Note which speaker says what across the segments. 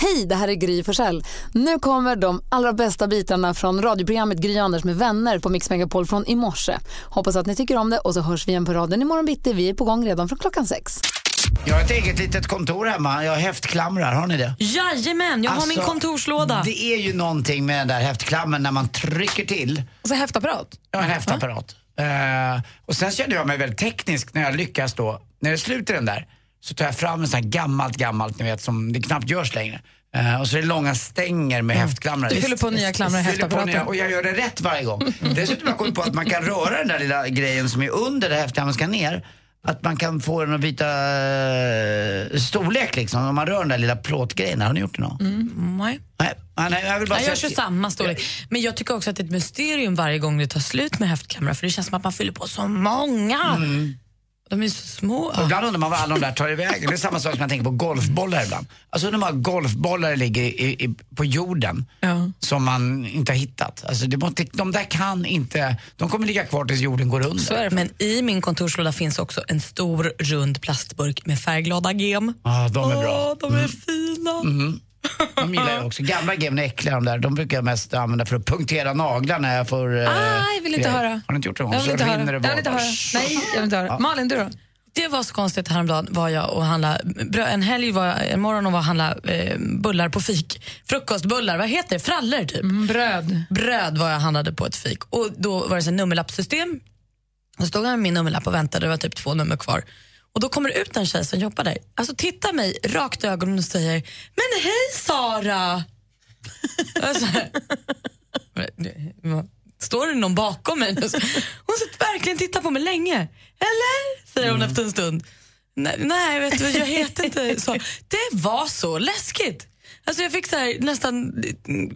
Speaker 1: Hej, det här är Gry Forssell. Nu kommer de allra bästa bitarna från radioprogrammet Gry Anders med vänner på Mix Megapol från i morse. Hoppas att ni tycker om det och så hörs vi igen på radion imorgon bitti. Vi är på gång redan från klockan sex.
Speaker 2: Jag har ett eget litet kontor hemma. Jag häftklamrar, har ni det?
Speaker 3: Jajamän, jag har min
Speaker 2: Alltså,
Speaker 3: kontorslåda.
Speaker 2: Det är ju någonting med den där häftklammen när man trycker till.
Speaker 4: Alltså häftapparat.
Speaker 2: Jag har en häftapparat. Eh, och sen kände jag mig väldigt teknisk när jag lyckas då. När det sluter den där så tar jag fram en sån här gammalt, gammalt, ni vet som det knappt görs längre. Eh, och så är det långa stänger med häftklamrar.
Speaker 4: Mm. Du fyller på nya klamrar i
Speaker 2: Fyller på
Speaker 4: häftapparaten.
Speaker 2: nya- Och jag gör det rätt varje gång. Dessutom har jag kommit på att man kan röra den där lilla grejen som är under där häftklamren ska ner. Att man kan få den att byta eh, storlek liksom. Om man rör den där lilla plåtgrejen. Har ni gjort det någon?
Speaker 3: Mm, nej.
Speaker 2: Nej, ah, nej, jag vill bara
Speaker 3: Nej, jag kör
Speaker 2: säga att-
Speaker 3: samma storlek. Men jag tycker också att det är ett mysterium varje gång det tar slut med häftkamera för det känns som att man fyller på så många.
Speaker 2: Mm.
Speaker 3: De är så små.
Speaker 2: Och Ibland undrar man vad alla de där tar i vägen. Det är samma sak som jag tänker på golfbollar ibland. Alltså undrar man var golfbollar ligger i, i, på jorden
Speaker 3: Ja.
Speaker 2: som man inte har hittat. Alltså det, måste- de där kan inte, de kommer ligga kvar tills jorden går under.
Speaker 3: Så är det. Men i min kontorslåda finns också en stor rund plastburk med färgglada gem.
Speaker 2: Ja, Ah, de är bra. Mm. Mm-hmm.
Speaker 3: Åh, de är fina.
Speaker 2: De gillar jag också. Gamla game är äckliga de där. De brukar jag mest använda för att punktera naglar när jag får... eh,
Speaker 4: Nej, Ah, jag vill inte
Speaker 2: grejer.
Speaker 4: höra.
Speaker 2: Har ni inte gjort det?
Speaker 4: Jag vill
Speaker 2: Så
Speaker 4: inte höra.
Speaker 2: rinner
Speaker 4: Jag
Speaker 2: det
Speaker 4: vill inte
Speaker 2: bara.
Speaker 4: höra. Nej, jag vill inte höra. Malin, du då?
Speaker 3: Det var så konstigt häromdagen var jag och handla brö- en helg var jag, en morgon och var och handla eh, bullar på fik. Frukostbullar, vad heter det? Frallor typ.
Speaker 4: Mm, Bröd.
Speaker 3: Bröd var jag handlade på ett fik och då var det så här nummerlappssystem. Då stod jag med min nummerlapp och väntade, det var typ två nummer kvar. Och då kommer det ut en tjej som jobbar där. Alltså tittar mig rakt i ögonen och säger Men hej Sara! alltså, Står det någon bakom mig? Hon sitter verkligen och tittar på mig länge. Eller? Säger
Speaker 4: Mm.
Speaker 3: hon efter en stund. Nej, nej vet du, jag heter inte så. Det var så läskigt. Alltså jag fick så här, nästan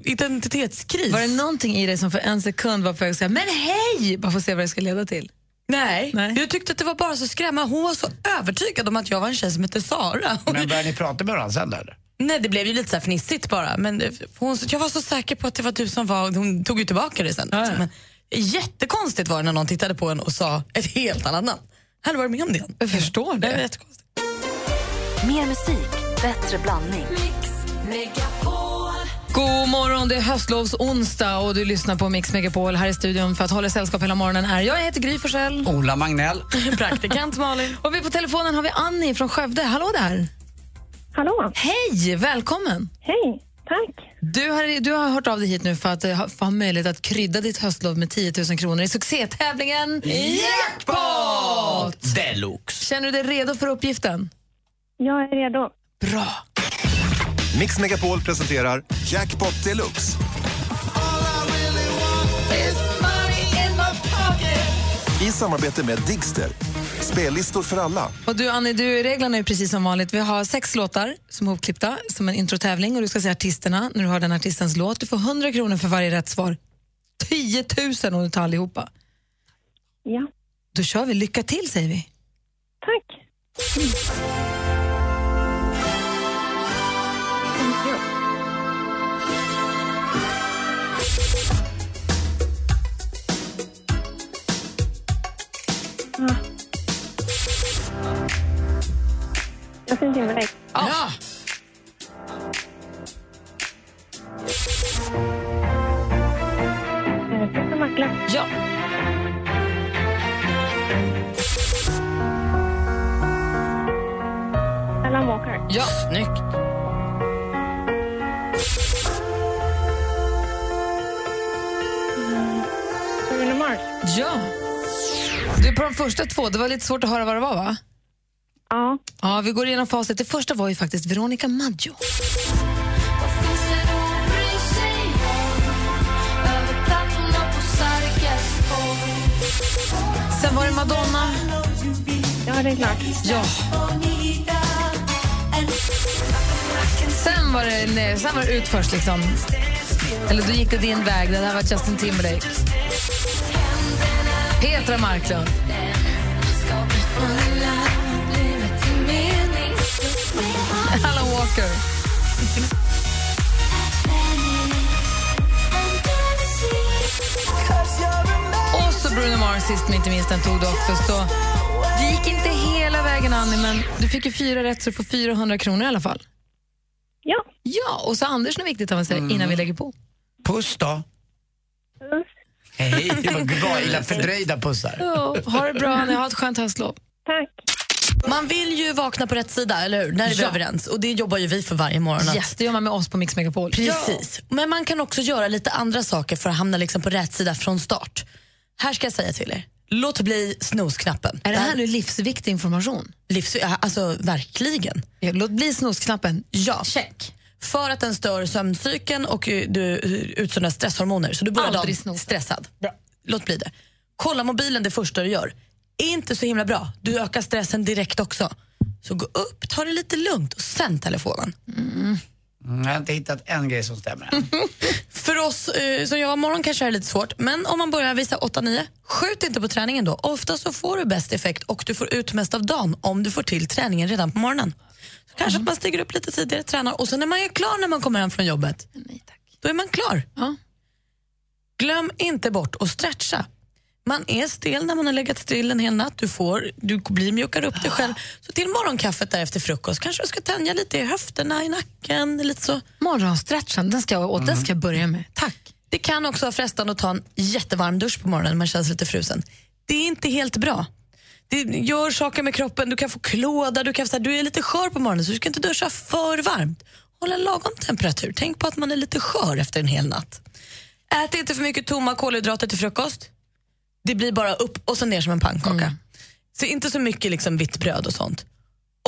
Speaker 3: identitetskris.
Speaker 4: Var det någonting i dig som för en sekund var på väg att säga men hej, bara för att se vad det ska leda till?
Speaker 3: Nej.
Speaker 4: Nej.
Speaker 3: jag tyckte att det var bara så skrämmande. Hon var så övertygad om att jag var en tjej som hette Sara.
Speaker 2: Men börjar ni prata med varandra sen då, eller?
Speaker 3: Nej, det blev ju lite så här fnissigt bara. Men eh, hon, jag var så säker på att det var du som var... Hon tog ju tillbaka det sen.
Speaker 4: Ja.
Speaker 3: Men, jättekonstigt var det när någon tittade på en och sa ett helt annat namn. Här var du med om det igen.
Speaker 4: Jag förstår
Speaker 3: Det var
Speaker 4: det.
Speaker 3: jättekonstigt.
Speaker 5: Mer musik, bättre blandning.
Speaker 4: God morgon, det är höstlovsonsdag och du lyssnar på Mix Megapol här i studion för att hålla sällskap hela morgonen är jag, jag heter Gry Forssell.
Speaker 2: Ola Magnell.
Speaker 3: Praktikant Malin.
Speaker 4: Och vi på telefonen har vi Annie från Skövde. Hallå där!
Speaker 6: Hallå,
Speaker 4: Hej, välkommen!
Speaker 6: hej, tack.
Speaker 4: Du har, du har hört av dig hit nu för att eh, ha, för att ha möjlighet att krydda ditt höstlov med 10 000 kronor i succétävlingen Jackpot!
Speaker 2: Deluxe.
Speaker 4: Känner du dig redo för uppgiften?
Speaker 6: Jag är redo.
Speaker 4: Bra!
Speaker 7: Mix Megapol presenterar Jackpot Deluxe. I samarbete med Digster. Spellistor för alla.
Speaker 4: Och du Annie, du, reglerna är ju precis som vanligt. Vi har sex låtar som är hopklippta som en introtävling och du ska säga artisterna när du hör den artistens låt. Du får 100 kronor för varje rätt svar. 10 000 om du tar allihopa.
Speaker 6: Ja,
Speaker 4: Då kör vi. Lycka till säger vi.
Speaker 6: tack. Ah. Justin Timberlake.
Speaker 3: Ja.
Speaker 6: eh, Peter McLeod.
Speaker 3: ja.
Speaker 6: Alan Walker.
Speaker 3: Ja. Snyggt.
Speaker 6: Bruno Mm. Mars.
Speaker 4: Ja. Du, på de första två, det var lite svårt att höra vad det var va?
Speaker 6: Ja,
Speaker 4: Ja, vi går igenom facit. Det första var ju faktiskt Veronica Maggio. Sen var det Madonna.
Speaker 6: ja det är klart.
Speaker 4: Ja. Sen var det, nej, sen var det utförs liksom. Eller då gick det din väg. Det här var Justin Timberlake. Petra Marklund. Alan Walker. Och så Bruno Mars sist men inte minst, den tog du också. Så det gick inte hela vägen Annie, men du fick ju fyra rätt så du får 400 kronor i alla fall.
Speaker 6: Ja.
Speaker 4: Ja, och så Anders något viktigt han vill säga innan vi lägger på.
Speaker 2: Puss då.
Speaker 6: Puss.
Speaker 2: Hej, det var bra, illa fördröjda pussar.
Speaker 4: Ja, ha det bra, ni har ett skönt höstlov.
Speaker 6: Tack.
Speaker 3: Man vill ju vakna på rätt sida, eller hur? När är vi
Speaker 4: Ja.
Speaker 3: överens. Och det jobbar ju vi för varje morgon. att-
Speaker 4: Yes, det gör man med oss på Mix Megapol.
Speaker 3: Precis. Men man kan också göra lite andra saker för att hamna liksom på rätt sida från start. Här ska jag säga till er. Låt bli snosknappen.
Speaker 4: Är det här nu livsviktig information?
Speaker 3: livs... ja, Alltså, verkligen.
Speaker 4: Ja, Låt bli snosknappen.
Speaker 3: Ja. Check. För att den stör sömncykeln och eh, du eh, utsöndrar stresshormoner. Så du börjar
Speaker 4: Aldrig
Speaker 3: dagen
Speaker 4: snosen.
Speaker 3: stressad. Låt bli det. Kolla mobilen det första du gör. Är inte så himla bra. Du ökar stressen direkt också. Så gå upp, ta det lite lugnt och sen telefonen.
Speaker 2: Mm, jag har inte hittat en grej som stämmer än.
Speaker 3: För oss eh, som jobbar morgon kanske det är lite svårt, men om man börjar visa 8-9, skjut inte på träningen då. Ofta så får du bäst effekt och du får ut mest av dagen om du får till träningen redan på morgonen. Så kanske att man stiger upp lite tidigare, tränar och sen är man ju klar när man kommer hem från jobbet.
Speaker 4: Nej, tack.
Speaker 3: Då är man klar.
Speaker 4: Ja.
Speaker 3: Glöm inte bort att stretcha. Man är stel när man har legat still en hel natt. Du, får, du blir mjukare upp dig själv. Så till morgonkaffet där efter frukost kanske du ska tänja lite i höfterna, i nacken, lite så.
Speaker 4: Morgonstretchen, den ska, jag, och den
Speaker 3: Mm.
Speaker 4: ska jag börja med.
Speaker 3: Tack. Det kan också vara frestande att ta en jättevarm dusch på morgonen när man känns lite frusen. Det är inte helt bra. Det gör saker med kroppen, du kan få klåda, du, kan, få så här, du är lite skör på morgonen så du ska inte duscha för varmt. Håll en lagom temperatur, tänk på att man är lite skör efter en hel natt. Ät inte för mycket tomma kolhydrater till frukost. Det blir bara upp och sen ner som en pannkaka. Så inte så mycket liksom vitt bröd och sånt.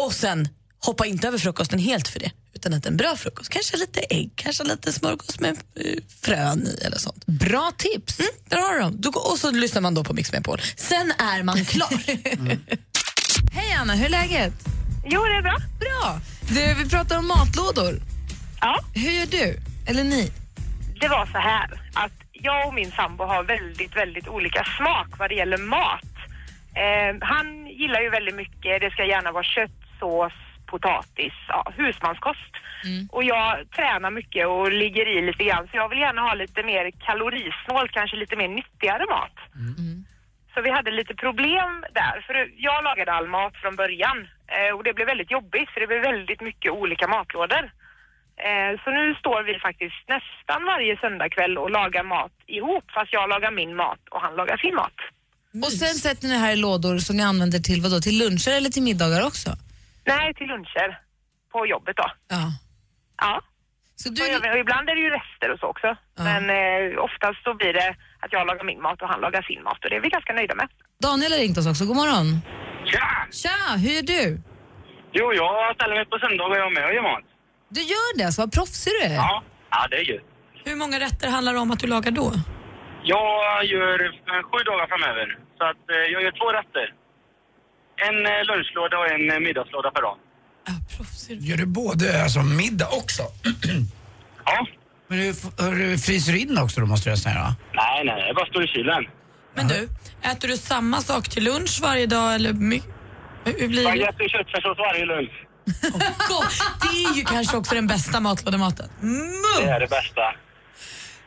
Speaker 3: Och sen, hoppa inte över frukosten helt för det. Utan att en bra frukost, kanske lite ägg, kanske lite smörgås med eh, frön i eller sånt.
Speaker 4: Bra tips!
Speaker 3: Mm, där har du dem. Då, går- och så lyssnar man då på Mix Megapol. Sen är man klar. Mm.
Speaker 4: Hej Anna, hur är läget?
Speaker 6: Jo, det är bra.
Speaker 4: Bra! Du, vi pratar om matlådor.
Speaker 6: Ja.
Speaker 4: Hur gör du? Eller ni?
Speaker 6: Det var så här att jag och min sambo har väldigt, väldigt olika smak vad det gäller mat. Eh, han gillar ju väldigt mycket, det ska gärna vara kött, sås, potatis, ja, husmanskost. Och jag tränar mycket och ligger i lite grann så jag vill gärna ha lite mer kalorisnål, kanske lite mer nyttigare mat. Så vi hade lite problem där, för jag lagade all mat från början eh, och det blev väldigt jobbigt för det blev väldigt mycket olika matlådor. Eh, Så nu står vi faktiskt nästan varje söndagkväll och lagar mat ihop, fast jag lagar min mat och han lagar sin mat.
Speaker 4: Och sen sätter ni det här i lådor som ni använder till vad då? Till luncher eller till middagar också?
Speaker 6: Nej, till luncher på jobbet då.
Speaker 4: Ja.
Speaker 6: Ja.
Speaker 4: Så du,
Speaker 6: Och jag- Och ibland är det ju rester och så också. Men eh, oftast så blir det att jag lagar min mat och han lagar sin mat och det är vi ganska nöjda med.
Speaker 4: Daniel har ringt oss också, god morgon.
Speaker 8: Tja!
Speaker 4: Tja, hur gör du?
Speaker 8: Jo, jag ställer mig på söndagar jag med och gör mat.
Speaker 4: Du gör det, så vad proffsig du är.
Speaker 8: Ja. Ja, det är ju.
Speaker 3: Hur många rätter handlar det om att du lagar då?
Speaker 8: Jag gör eh, sju dagar framöver. Så att eh, jag gör två rätter. En eh, lunchlåda och en eh, middagslåda per dag.
Speaker 2: Gör du både alltså, middag också?
Speaker 8: Ja.
Speaker 2: Men du, f- hur fryser du in också då måste jag säga va?
Speaker 8: Nej, nej, jag bara står i kylen.
Speaker 3: Men du, äter du samma sak till lunch varje dag eller my- hur hur blir det?
Speaker 8: Baguette och köttfärssås varje lunch.
Speaker 3: Gott. Det är ju kanske också den bästa matlådematen. Mm.
Speaker 8: Det är det bästa.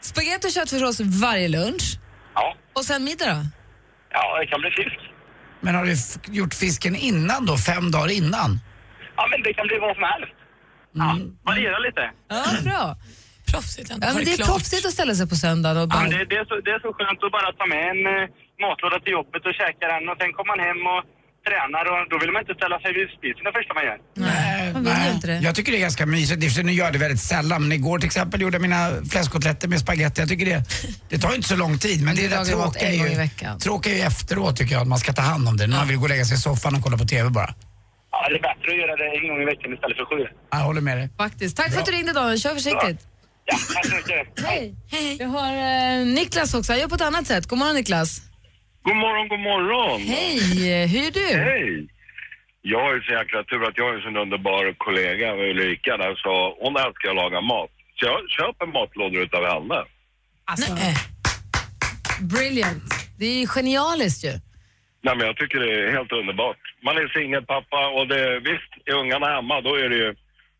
Speaker 4: Spagetti och köttfärssås varje lunch.
Speaker 8: Ja.
Speaker 4: Och sen middag då?
Speaker 8: Ja, det kan bli fisk.
Speaker 2: Men har du f- gjort fisken innan då, fem dagar innan?
Speaker 8: Ja, men det kan bli vad som helst. Ja, variera lite.
Speaker 4: Ja, bra.
Speaker 3: Proffsigt ändå.
Speaker 4: Ja,
Speaker 3: Var
Speaker 4: men det är
Speaker 3: klart?
Speaker 4: proffsigt att ställa sig på söndagen och
Speaker 8: Ja,
Speaker 4: bara...
Speaker 8: men det, det, är så, det är så skönt att bara ta med en eh, matlåda till jobbet och käka den och sen kommer man hem och tränar och då vill man inte ställa sig vid spisen det första man gör.
Speaker 2: Mm. Nej,
Speaker 4: man vill ju inte det.
Speaker 2: Jag tycker det är ganska mysigt. I och för sig, Nu gör jag det väldigt sällan, men igår till exempel gjorde jag mina fläskkotletter med spagetti. Jag tycker det, det tar ju inte så lång tid, men det, det
Speaker 4: lagar mat
Speaker 2: tråkiga
Speaker 4: en
Speaker 2: är
Speaker 4: gång i
Speaker 2: ju,
Speaker 4: veckan.
Speaker 2: tråkiga är ju efteråt tycker jag, att man ska ta hand om det. När man vill gå och lägga sig i soffan och kolla på TV bara.
Speaker 8: Ja, det är bättre att göra det en gång i veckan istället för sju.
Speaker 2: Jag håller med dig.
Speaker 4: Faktiskt. Tack för att du ringde Daniel, kör försiktigt.
Speaker 8: Ja, tack så mycket.
Speaker 4: Hej. Hej. Vi har eh, Niklas också, han gör på ett annat sätt. God morgon Niklas.
Speaker 9: God morgon, god morgon!
Speaker 4: Hej, Eh, hur är du?
Speaker 9: Hej! Jag har ju så jäkla tur att jag har en sån underbar kollega, Ulrika, där, så hon älskar att laga mat. Så jag köper matlådor utav henne.
Speaker 4: Alltså. Nej. Brilliant. Det är ju genialiskt ju.
Speaker 9: Nej, men jag tycker det är helt underbart. Man är singelpappa och det, visst, är ungarna hemma då är det ju,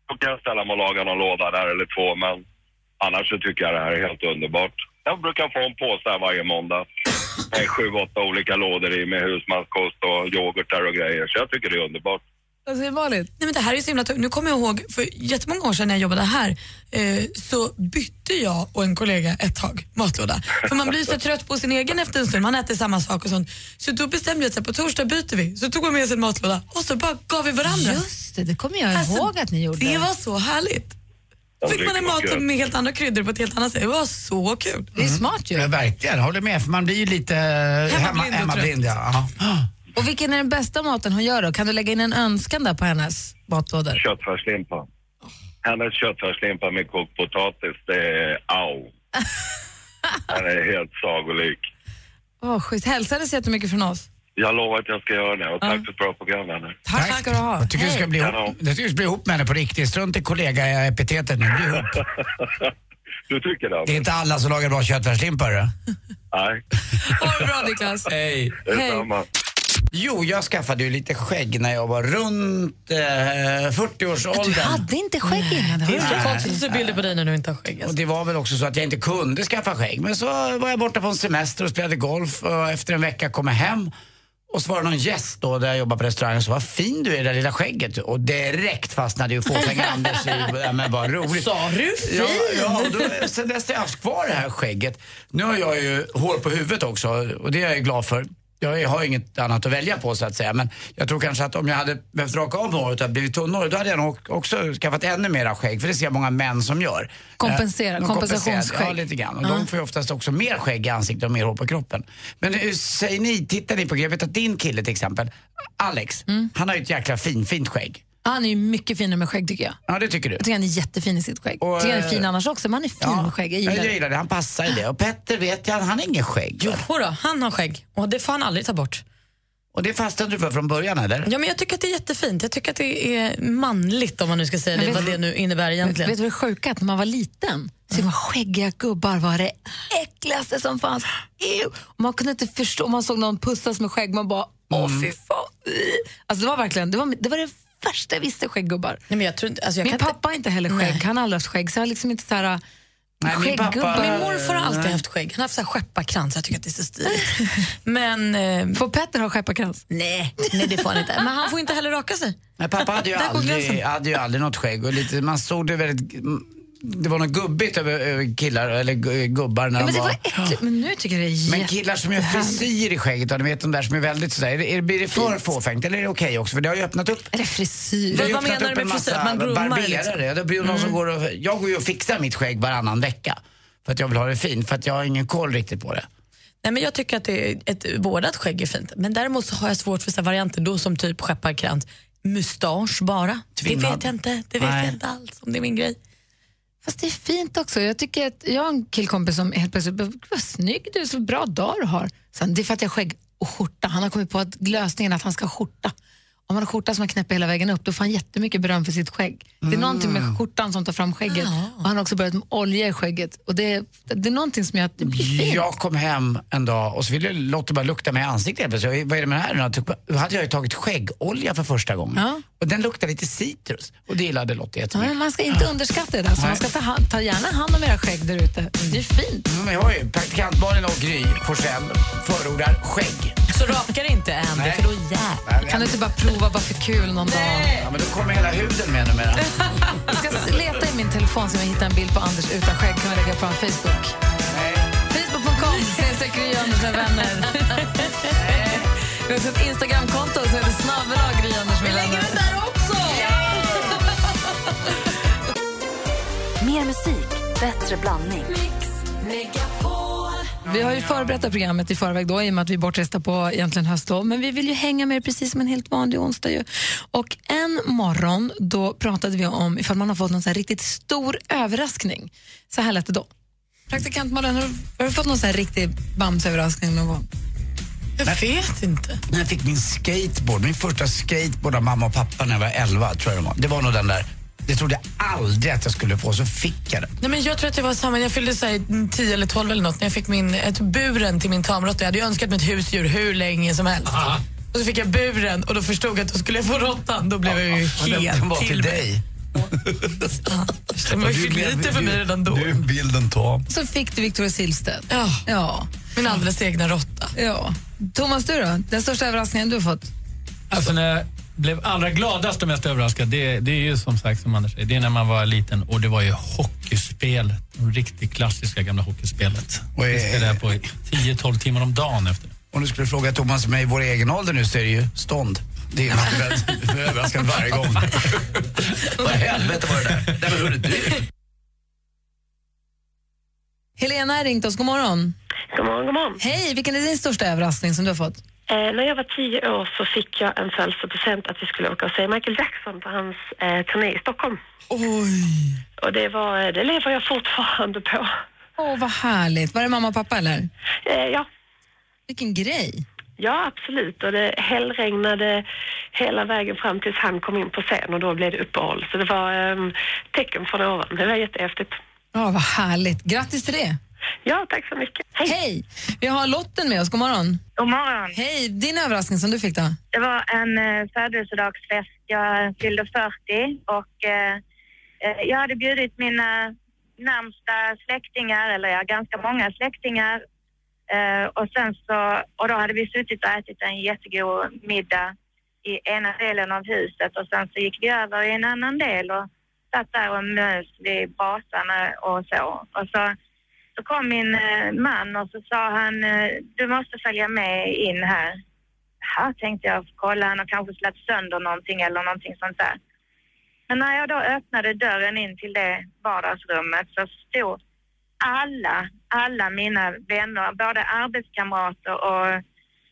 Speaker 9: då kan jag ställa mig och laga någon låda där eller två, men annars så tycker jag det här är helt underbart. Jag brukar få en påse här varje måndag med sju, åtta olika lådor i med husmanskost och yoghurtar och grejer, så jag tycker det är underbart.
Speaker 4: Vad säger Malin?
Speaker 3: Nej, men det här är ju så himla tungt. Nu kommer jag ihåg, för jättemånga år sedan när jag jobbade här eh, så bytte jag och en kollega ett tag matlåda. För man blir så trött på sin egen efter en stund, man äter samma sak och sånt. Så då bestämde jag att så här, på torsdag byter vi. Så tog man med sig en matlåda och så bara gav vi varandra.
Speaker 4: Just det, det kommer jag
Speaker 3: Alltså,
Speaker 4: ihåg att ni gjorde.
Speaker 3: Det var så härligt. Då
Speaker 9: Ja,
Speaker 3: fick
Speaker 9: det
Speaker 3: man en
Speaker 9: var
Speaker 3: mat
Speaker 9: kul.
Speaker 3: som med helt andra kryddor på ett helt annat sätt. Det var så kul.
Speaker 4: det är smart ju.
Speaker 2: Ja, verkligen, håller med. För man blir ju lite hemma-
Speaker 3: och
Speaker 2: hemmablind. Ja. Ja.
Speaker 4: Och vilken är den bästa maten hon gör då? Kan du lägga in en önskan där på hennes matlådor?
Speaker 9: Köttfärslimpa. Hennes köttfärslimpa med kokt potatis, det är au. Den är helt sagolik.
Speaker 4: Åh, schysst. Hälsades jättemycket från oss.
Speaker 9: Jag lovar att jag ska göra det och tack för ett bra program vänner.
Speaker 4: Tack, ska du ha.
Speaker 2: Jag tycker du ska, bli ihop,
Speaker 9: Hej.
Speaker 2: jag tycker du ska bli ihop med henne på riktigt. Strunt i kollega-epitetet nu. Bli ihop.
Speaker 9: Du tycker
Speaker 2: Det är
Speaker 9: det?
Speaker 2: inte alla som lagar bra köttfärslimpa. hörru.
Speaker 9: Nej,
Speaker 4: Ha det bra Niklas.
Speaker 2: Hej.
Speaker 9: det är samma.
Speaker 2: Jo, jag skaffade ju lite skägg när jag var runt eh, 40-årsåldern.
Speaker 4: Du hade inte skägg innan. Det var ju
Speaker 3: Så
Speaker 4: så
Speaker 3: konstigt att se bilder på dig när du inte har skägg.
Speaker 2: Och
Speaker 3: Alltså.
Speaker 2: det var väl också så att jag inte kunde skaffa skägg. Men så var jag borta på en semester och spelade golf och efter en vecka kom jag hem och så var det någon gäst då där jag jobbade på restaurangen så vad fin du är i det där lilla skägget. Och direkt fastnade ju fåfäng-Anders i, ja, men vad roligt. Sa du fin? Ja, ja och då, sen dess har jag haft kvar det här skägget. Nu har jag ju hår på huvudet också och det är jag ju glad för. Jag har ju inget annat att välja på så att säga. Men jag tror kanske att om jag hade behövt raka av mig håret och blivit tunnare, då hade jag nog också skaffat ännu mera skägg. För det ser jag många män som gör.
Speaker 4: Kompensera,
Speaker 2: Eh, de kompenserar-
Speaker 4: kompensationsskägg.
Speaker 2: Ja, lite grann. Och de får ju oftast också mer skägg i ansiktet och mer hår på kroppen. Men hur säger ni, tittar ni på, jag vet att din kille till exempel, Alex, han har ju ett jäkla fin, fint skägg.
Speaker 4: Han är ju mycket finare med skägg tycker jag.
Speaker 2: Ja, det tycker du?
Speaker 4: Jag tycker han är jättefin i sitt skägg.
Speaker 2: Och,
Speaker 4: Jag tycker han är fin
Speaker 2: eh,
Speaker 4: annars också, men han är fin med skägg. Jag gillar
Speaker 2: jag
Speaker 4: det.
Speaker 2: gillar det. Han passar i det. Och Petter vet jag, han har ingen skägg. va?
Speaker 3: Jodå, han har skägg och det får han aldrig ta bort.
Speaker 2: Och det fastnade du för från början eller?
Speaker 3: Ja, men jag tycker att det är jättefint. Jag tycker att det är manligt om man nu ska säga det,
Speaker 4: vet-
Speaker 3: vad det nu innebär egentligen.
Speaker 4: Vet du vad det sjuka är? Att När man var liten så var skäggiga gubbar var det äckligaste som fanns. Ew. Och Man kunde inte förstå, man såg någon pussas med skägg, man bara åh
Speaker 3: Mm.
Speaker 4: fy fan. Alltså det var verkligen, det var det, var det värsta jag visste skägggubbar.
Speaker 3: Nej, men jag tror inte, alltså jag
Speaker 4: Min
Speaker 3: kan
Speaker 4: pappa har inte heller skägg, han har aldrig haft skägg så jag har liksom inte så här
Speaker 2: Nej, min pappa-
Speaker 4: skägggubbar.
Speaker 3: inte, min morfar har alltid haft skägg. Han har haft så här skepparkrans, jag tycker att det är så stiligt. men, eh,
Speaker 4: Får Petter ha skepparkrans?
Speaker 3: nej, nej det får han inte. Men han får inte heller raka sig.
Speaker 2: Nej, pappa hade ju,
Speaker 3: Där går
Speaker 2: aldrig,
Speaker 3: gränsen.
Speaker 2: hade ju aldrig något skägg. Och lite, man såg det väldigt... Det var något gubbigt över, över killar, eller gu- gubbar när
Speaker 4: Ja,
Speaker 2: de
Speaker 4: men det
Speaker 2: var...
Speaker 4: var äckligt, men nu tycker jag det är
Speaker 2: Men killar som gör frisyr i skägget, och ni vet de där som är väldigt sådär, är det, är det- blir det för fåfängt eller är det okej också? För det har ju öppnat upp
Speaker 4: Är det frisyr?
Speaker 2: det har ju
Speaker 3: vad
Speaker 2: öppnat
Speaker 3: menar
Speaker 2: upp
Speaker 3: du
Speaker 2: en
Speaker 3: med frisyr?
Speaker 2: massa
Speaker 3: Att man groomar
Speaker 2: barberare.
Speaker 3: liksom?
Speaker 2: Det blir ju någon som går och, jag går ju och fixar mitt skägg varannan vecka för att jag vill ha det fint, för att jag har ingen koll riktigt på det.
Speaker 3: Nej, men jag tycker att det är ett vårdat skägg är fint. Men däremot så har jag svårt för så här varianter då som typ skepparkrans. Mustasch bara. Det
Speaker 2: Tvinnad.
Speaker 3: vet jag inte. Det vet
Speaker 2: Nej.
Speaker 3: jag inte alls om det är min grej.
Speaker 4: Fast det är fint också. Jag tycker att jag har en killkompis som helt plötsligt bara, vad snygg du är, så bra dag du har. Sen, det är för att jag har skägg och skjorta. Han har kommit på att lösningen är att han ska ha skjorta. Om man har skjorta som man knäpper hela vägen upp, då får han jättemycket beröm för sitt skägg. Det är någonting med skjortan som tar fram skägget. Och han har också börjat med olja i skägget. Och det, är- det är någonting som gör att det blir fint.
Speaker 2: Jag kom hem en dag och så ville Lotta bara lukta mig i ansiktet helt plötsligt. Jag, Vad är det med det här nu då? Typ, Då hade jag ju tagit skäggolja för första gången.
Speaker 4: Ja.
Speaker 2: Och den luktade lite citrus och det gillade Lotta jättemycket.
Speaker 4: Ja, man ska inte underskatta det. Alltså, man ska ta, hand- ta gärna hand om era skägg där ute. Det är fint.
Speaker 2: Mm, jag har ju praktikant Malin och Gry Forssell förordar skägg.
Speaker 3: Så raka det inte än,
Speaker 2: Nej.
Speaker 3: för då jävlar.
Speaker 4: Kan du inte bara prova bara för kul någon dag?
Speaker 2: Ja, men då kommer hela huden med numera.
Speaker 4: Jag ska leta i min telefon så jag hittar en bild på Anders utan skägg. Kan vi lägga på en Facebook? Facebook.com, snedstreck Gry Anders med vänner. Vi har också ett Instagramkonto som heter snabel-a Gry Anders med vänner.
Speaker 5: Mer musik, bättre blandning.
Speaker 4: Vi har ju förberett det här programmet i förväg då, i och med att vi är bortresta på egentligen höstlov. Men vi vill ju hänga med er precis som en helt vanlig onsdag. Ju. Och en morgon då pratade vi om ifall man har fått någon så här riktigt stor överraskning. Så här lät det då. Praktikant Malin, har du- har du fått någon så här riktig bamsöverraskning någon gång?
Speaker 3: Jag vet inte.
Speaker 2: När jag fick min skateboard, min första skateboard av mamma och pappa när jag var 11 tror jag det var. Det var nog den där, det trodde jag aldrig att jag skulle få, så fick jag den.
Speaker 3: Nej, men jag tror att jag var samma. Jag fyllde så här, 10 eller 12 eller något när jag fick min, ett buren till min tamråtta. Jag hade ju önskat mig ett husdjur hur länge som helst. Och så fick jag buren och då förstod jag att då skulle jag få råttan. Då blev jag ju helt
Speaker 2: den var till
Speaker 3: till mig.
Speaker 2: dig.
Speaker 3: Den var ju för lite för mig redan då.
Speaker 2: är bilden tom.
Speaker 4: Så fick du Victoria Silvstedt.
Speaker 3: Ja,
Speaker 4: Ja.
Speaker 3: min alldeles egna råtta.
Speaker 4: ja. Thomas, du då? Den största överraskningen du har fått?
Speaker 10: Alltså när
Speaker 7: blev allra gladast och mest överraskad, det, det är ju som sagt som Anders säger, det är när man var liten och det var ju hockeyspelet. De riktigt klassiska gamla hockeyspelet.
Speaker 2: Oj.
Speaker 7: Vi spelade jag på 10-12 timmar om dagen efter.
Speaker 2: Om du skulle fråga Thomas och mig i vår egen ålder nu så är det ju stånd. Det är något väldigt överraskande varje gång. Vad i helvete var det där? Nej men hörru du.
Speaker 3: Helena har ringt oss. God morgon.
Speaker 11: God morgon, god morgon.
Speaker 3: Hej, vilken är din största överraskning som du har fått?
Speaker 11: Eh, när jag var tio år så fick jag en födelsedagspresent att vi skulle åka och se Michael Jackson på hans eh, turné i Stockholm.
Speaker 3: Oj!
Speaker 11: Och det, var, eh, det lever jag fortfarande på.
Speaker 3: Åh, vad härligt. Var det mamma och pappa eller?
Speaker 11: Eh, ja.
Speaker 3: Vilken grej.
Speaker 11: Ja, absolut. Och det hällregnade hela vägen fram tills han kom in på scen och då blev det uppehåll. Så det var eh, tecken från ovan. Det var jättehäftigt.
Speaker 3: Ja, vad härligt. Grattis till det.
Speaker 11: Ja, tack så mycket.
Speaker 3: Hej. Vi har Lotten med oss. God morgon.
Speaker 12: God morgon.
Speaker 3: Hej. Din överraskning som du fick då?
Speaker 12: Det var en eh, födelsedagsfest. Jag fyllde 40 och eh, eh, jag hade bjudit mina närmsta släktingar, eller ja, ganska många släktingar. Eh, och, sen så, och då hade vi suttit och ätit en jättegod middag i ena delen av huset och sen så gick vi över i en annan del och satt där och mös vid brasan och så. Och så så kom min eh, man och så sa han, eh, du måste följa med in här. Jaha, tänkte jag, kolla han har kanske slagit sönder någonting eller någonting sånt där. Men när jag då öppnade dörren in till det vardagsrummet så stod alla, alla mina vänner, både arbetskamrater och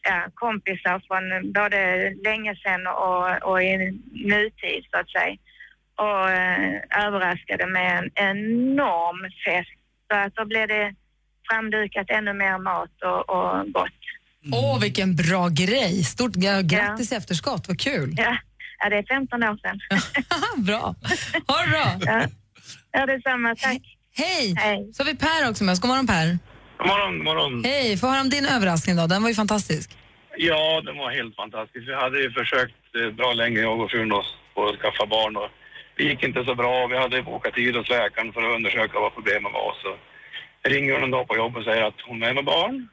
Speaker 12: ja, kompisar från både länge sedan och, och i nutid så att säga. Och eh, överraskade med en enorm fest. Så att då blev det framdukat ännu mer mat och, och gott.
Speaker 3: Åh, vilken bra grej. Stort gra- grattis i efterskott. Vad kul.
Speaker 12: Ja, ja, det är 15 år sedan.
Speaker 3: bra. Ha det bra.
Speaker 12: Ja, ja detsamma. Tack.
Speaker 3: Hej. Så har vi Per också med oss. God morgon Per.
Speaker 6: God morgon, god morgon.
Speaker 3: Hej. Få höra om din överraskning då. Den var ju fantastisk.
Speaker 6: Ja, den var helt fantastisk. Vi hade ju försökt eh, bra länge, jag och frun, och- och att skaffa barn. Och det gick inte så bra. Vi hade åkt till hos läkaren för att undersöka vad problemen var. Så ringer hon en dag på jobbet och säger att hon är med barn.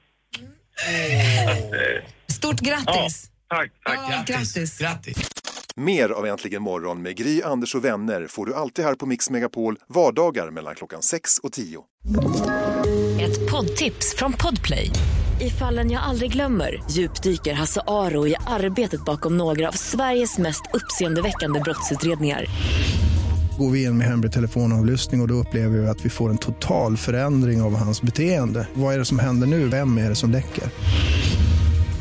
Speaker 6: Att, eh,
Speaker 3: Stort grattis.
Speaker 6: tack, tack.
Speaker 3: grattis.
Speaker 13: Mer av Äntligen morgon med Gry, Anders och vänner får du alltid här på Mix Megapol vardagar mellan klockan 6 och 10.
Speaker 5: Ett poddtips från Podplay. I fallen jag aldrig glömmer djupdyker Hasse Aro i arbetet bakom några av Sveriges mest uppseendeväckande brottsutredningar.
Speaker 9: Går vi in med hemlig telefonavlyssning och, och då upplever vi att vi får en total förändring av hans beteende. Vad är det som händer nu? Vem är det som läcker?